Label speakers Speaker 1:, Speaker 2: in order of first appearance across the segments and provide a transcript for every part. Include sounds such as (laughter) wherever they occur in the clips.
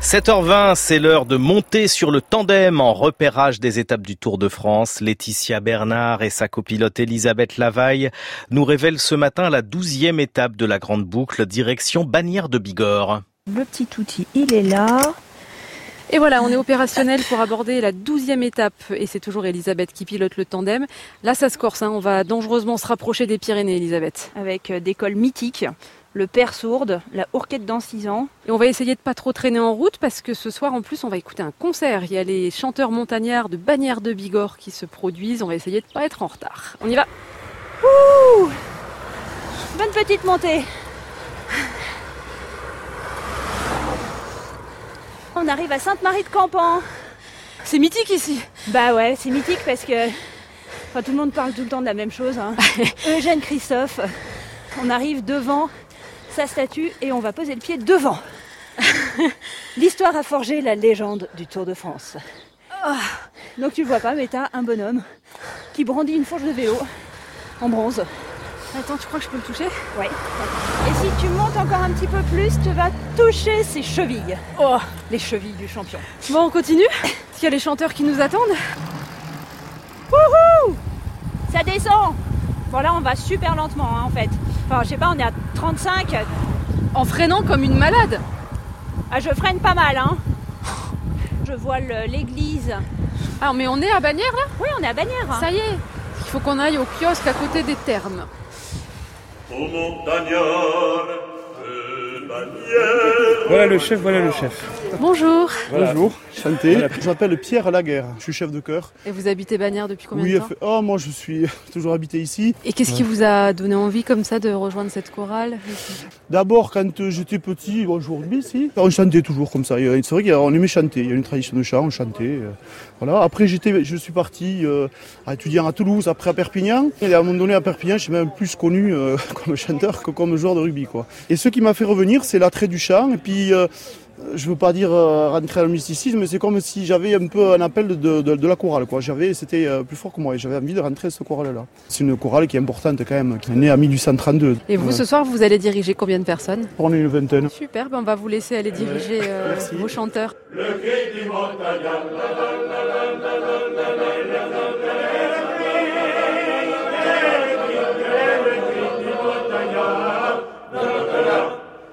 Speaker 1: 7h20, c'est l'heure de monter sur le tandem en repérage des étapes du Tour de France. Laetitia Bernard et sa copilote Elisabeth Lavaille nous révèlent ce matin la douzième étape de la Grande Boucle, direction Bannière de Bigorre.
Speaker 2: Le petit outil, il est là.
Speaker 3: Et voilà, on est opérationnel pour aborder la douzième étape. Et c'est toujours Elisabeth qui pilote le tandem. Là, ça se corse. Hein. On va dangereusement se rapprocher des Pyrénées, Elisabeth.
Speaker 4: Avec euh, des cols mythiques, le père sourde, la hourquette dans 6 ans.
Speaker 3: Et on va essayer de pas trop traîner en route parce que ce soir, en plus, on va écouter un concert. Il y a les chanteurs montagnards de Bagnères de Bigorre qui se produisent. On va essayer de pas être en retard. On y va
Speaker 4: Ouh Bonne petite montée On arrive à Sainte-Marie-de-Campan.
Speaker 3: C'est mythique ici.
Speaker 4: Bah ouais, c'est mythique parce que enfin, tout le monde parle tout le temps de la même chose. hein. Eugène Christophe, on arrive devant sa statue et on va poser le pied devant. L'histoire a forgé la légende du Tour de France. Donc tu le vois pas, mais t'as un bonhomme qui brandit une fourche de vélo en bronze.
Speaker 3: Attends, tu crois que je peux le toucher
Speaker 4: Ouais. Et si tu montes encore un petit peu plus, tu vas toucher ses chevilles.
Speaker 3: Oh
Speaker 4: Les chevilles du champion.
Speaker 3: Bon, on continue Parce qu'il y a les chanteurs qui nous attendent.
Speaker 4: Ça descend Bon là on va super lentement hein, en fait. Enfin je sais pas, on est à 35.
Speaker 3: En freinant comme une malade.
Speaker 4: Ah, je freine pas mal hein. Je vois le- l'église.
Speaker 3: Ah, mais on est à Bagnères là
Speaker 4: Oui on est à Bagnères. hein.
Speaker 3: Ça y est Il faut qu'on aille au kiosque à côté des thermes.
Speaker 5: Au montagnard de Bagnères.
Speaker 6: Voilà le chef, voilà le chef.
Speaker 3: Bonjour
Speaker 7: Bonjour, chanté.
Speaker 6: Voilà.
Speaker 7: Je m'appelle Pierre Laguerre, je suis chef de chœur.
Speaker 3: Et vous habitez Bagnères depuis combien
Speaker 7: Oui,
Speaker 3: de temps
Speaker 7: F- oh, moi je suis (laughs) toujours habité ici.
Speaker 3: Et qu'est-ce qui vous a donné envie comme ça de rejoindre cette chorale
Speaker 7: D'abord, quand euh, j'étais petit, aujourd'hui, si, on chantait toujours comme ça. Et C'est vrai qu'on aimait chanter, il y a une tradition de chant, on chantait. euh, Voilà. Après, j'étais, je suis parti euh, à étudier à Toulouse, après à Perpignan. Et à un moment donné, à Perpignan, je suis même plus connu euh, (laughs) comme chanteur que comme joueur de rugby. Quoi. Et ce qui m'a fait revenir, c'est l'attrait du chant. Et puis, euh, je veux pas dire euh, rentrer dans le mysticisme, mais c'est comme si j'avais un peu un appel de, de- de la chorale. Quoi. J'avais, c'était euh, plus fort que moi et j'avais envie de rentrer dans cette chorale-là. C'est une chorale qui est importante quand même, qui est née en 1832.
Speaker 3: Et vous,
Speaker 7: Ouais.
Speaker 3: ce soir, vous allez diriger combien de personnes
Speaker 7: On est une vingtaine.
Speaker 3: Super, ben on va vous laisser aller diriger euh,
Speaker 7: Merci.
Speaker 3: vos chanteurs.
Speaker 5: Le cri du montagnard. la, la, la, la, la, la, la, la, la, la,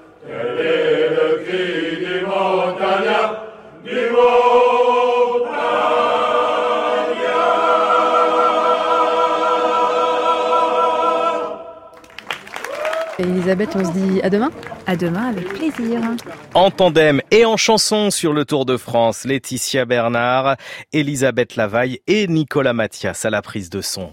Speaker 5: la. Le cri du montagnard, la, la, la, la, la, la, la, la, la, la, la, la. Quel est le cri du montagnard, du montagnard
Speaker 3: Et Elisabeth, on se dit à demain
Speaker 2: À demain avec plaisir.
Speaker 1: En tandem et en chanson sur le Tour de France, Laetitia Bernard, Elisabeth Lavaille et Nicolas Mathias à la prise de son.